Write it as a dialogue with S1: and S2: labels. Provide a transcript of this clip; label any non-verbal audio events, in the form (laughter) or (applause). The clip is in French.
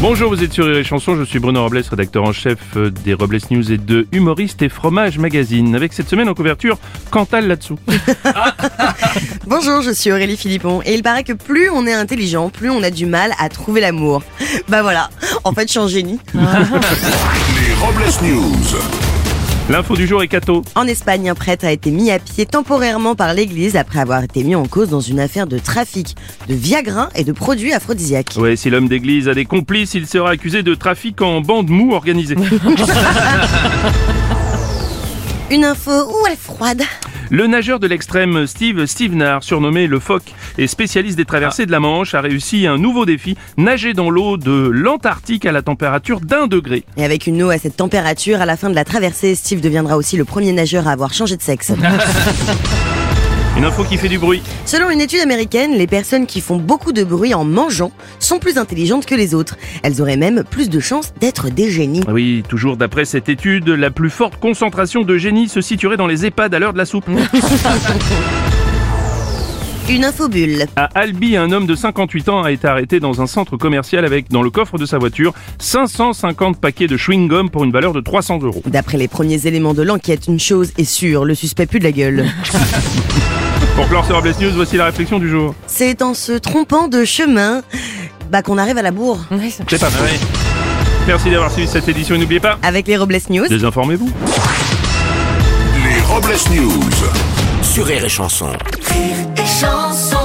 S1: Bonjour, vous êtes sur Rire et Chanson, je suis Bruno Robles, rédacteur en chef euh, des Robles News et de Humoriste et Fromage Magazine. Avec cette semaine en couverture, Cantal là-dessous.
S2: Bonjour, je suis Aurélie Philippon et il paraît que plus on est intelligent, plus on a du mal à trouver l'amour. (laughs) Bah voilà, en fait je suis un génie.
S3: Les Robles News.
S1: L'info du jour est Cato.
S2: En Espagne, un prêtre a été mis à pied temporairement par l'église après avoir été mis en cause dans une affaire de trafic de Viagra et de produits aphrodisiaques.
S1: Ouais, si l'homme d'église a des complices, il sera accusé de trafic en bande mou organisée.
S2: Une info, où elle froide
S1: Le nageur de l'extrême Steve Stevenard, surnommé le phoque et spécialiste des traversées de la Manche, a réussi un nouveau défi, nager dans l'eau de l'Antarctique à la température d'un degré.
S2: Et avec une eau à cette température, à la fin de la traversée, Steve deviendra aussi le premier nageur à avoir changé de sexe.
S1: Une info qui fait du bruit.
S2: Selon une étude américaine, les personnes qui font beaucoup de bruit en mangeant sont plus intelligentes que les autres. Elles auraient même plus de chances d'être des génies.
S1: Oui, toujours d'après cette étude, la plus forte concentration de génie se situerait dans les EHPAD à l'heure de la soupe.
S2: Une infobulle.
S1: À Albi, un homme de 58 ans a été arrêté dans un centre commercial avec, dans le coffre de sa voiture, 550 paquets de chewing-gum pour une valeur de 300 euros.
S2: D'après les premiers éléments de l'enquête, une chose est sûre, le suspect pue de la gueule.
S1: Pour clore ce Robles News, voici la réflexion du jour.
S2: C'est en se trompant de chemin bah, qu'on arrive à la bourre.
S1: C'est pas vrai. Merci d'avoir suivi cette édition et n'oubliez pas,
S2: Avec les Robles News.
S1: désinformez-vous.
S3: Les Robles News.
S4: Sur Rire et Chanson.
S5: rire et chanson.